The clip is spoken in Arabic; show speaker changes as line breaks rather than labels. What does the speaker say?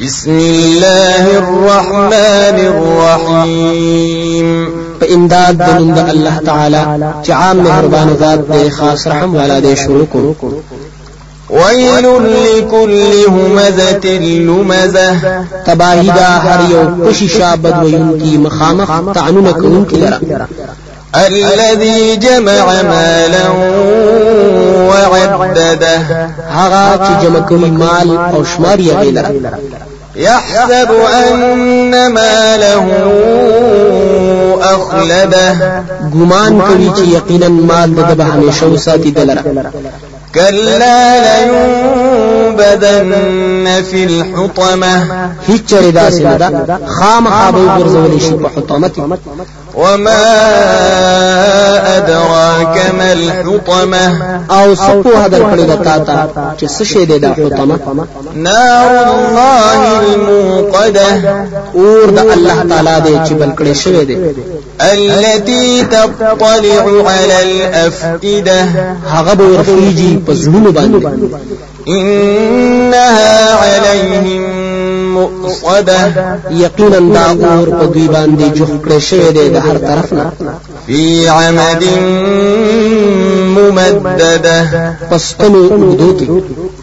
بسم الله الرحمن الرحيم
په امداد د نوم د الله تعالی چې عام مهربان ذات دی خاص رحم والا دی شروع کو
ويل لكل همزة لمزة
تباهی دا هر یو کوششا بدوین کی مخامخ تعنون کوم کی لرا
الذي جمع مالا وعدده
هغه چې جمع کوي مال او شمار یې لرا
يحسب أن ماله أخلده
ګمان کوي چې یقینا مال د به همیشه وساتي دلرا
كلا لينبذن في الحطمة
هیڅ چره داسې نه ده خامخا به ګرځول شي په حطامت کې.
وما أدراك ما الحطمة
او سپو هدر کړی د تا ته چې څه شی دی دا حطامه
نار الله الموقدة
اور د الله تعالی دی چې بل کړی شوی دی
التي تطلع على الأفئدة
هغه به ورخیږي په زړونو باندې
إنها عليهم مؤصدة
یقینا دا اور په دوی باندې جوخ کړی شوی دی د هر طرف نه
في عمد ممددة
ну, پس تلو اوږدو کې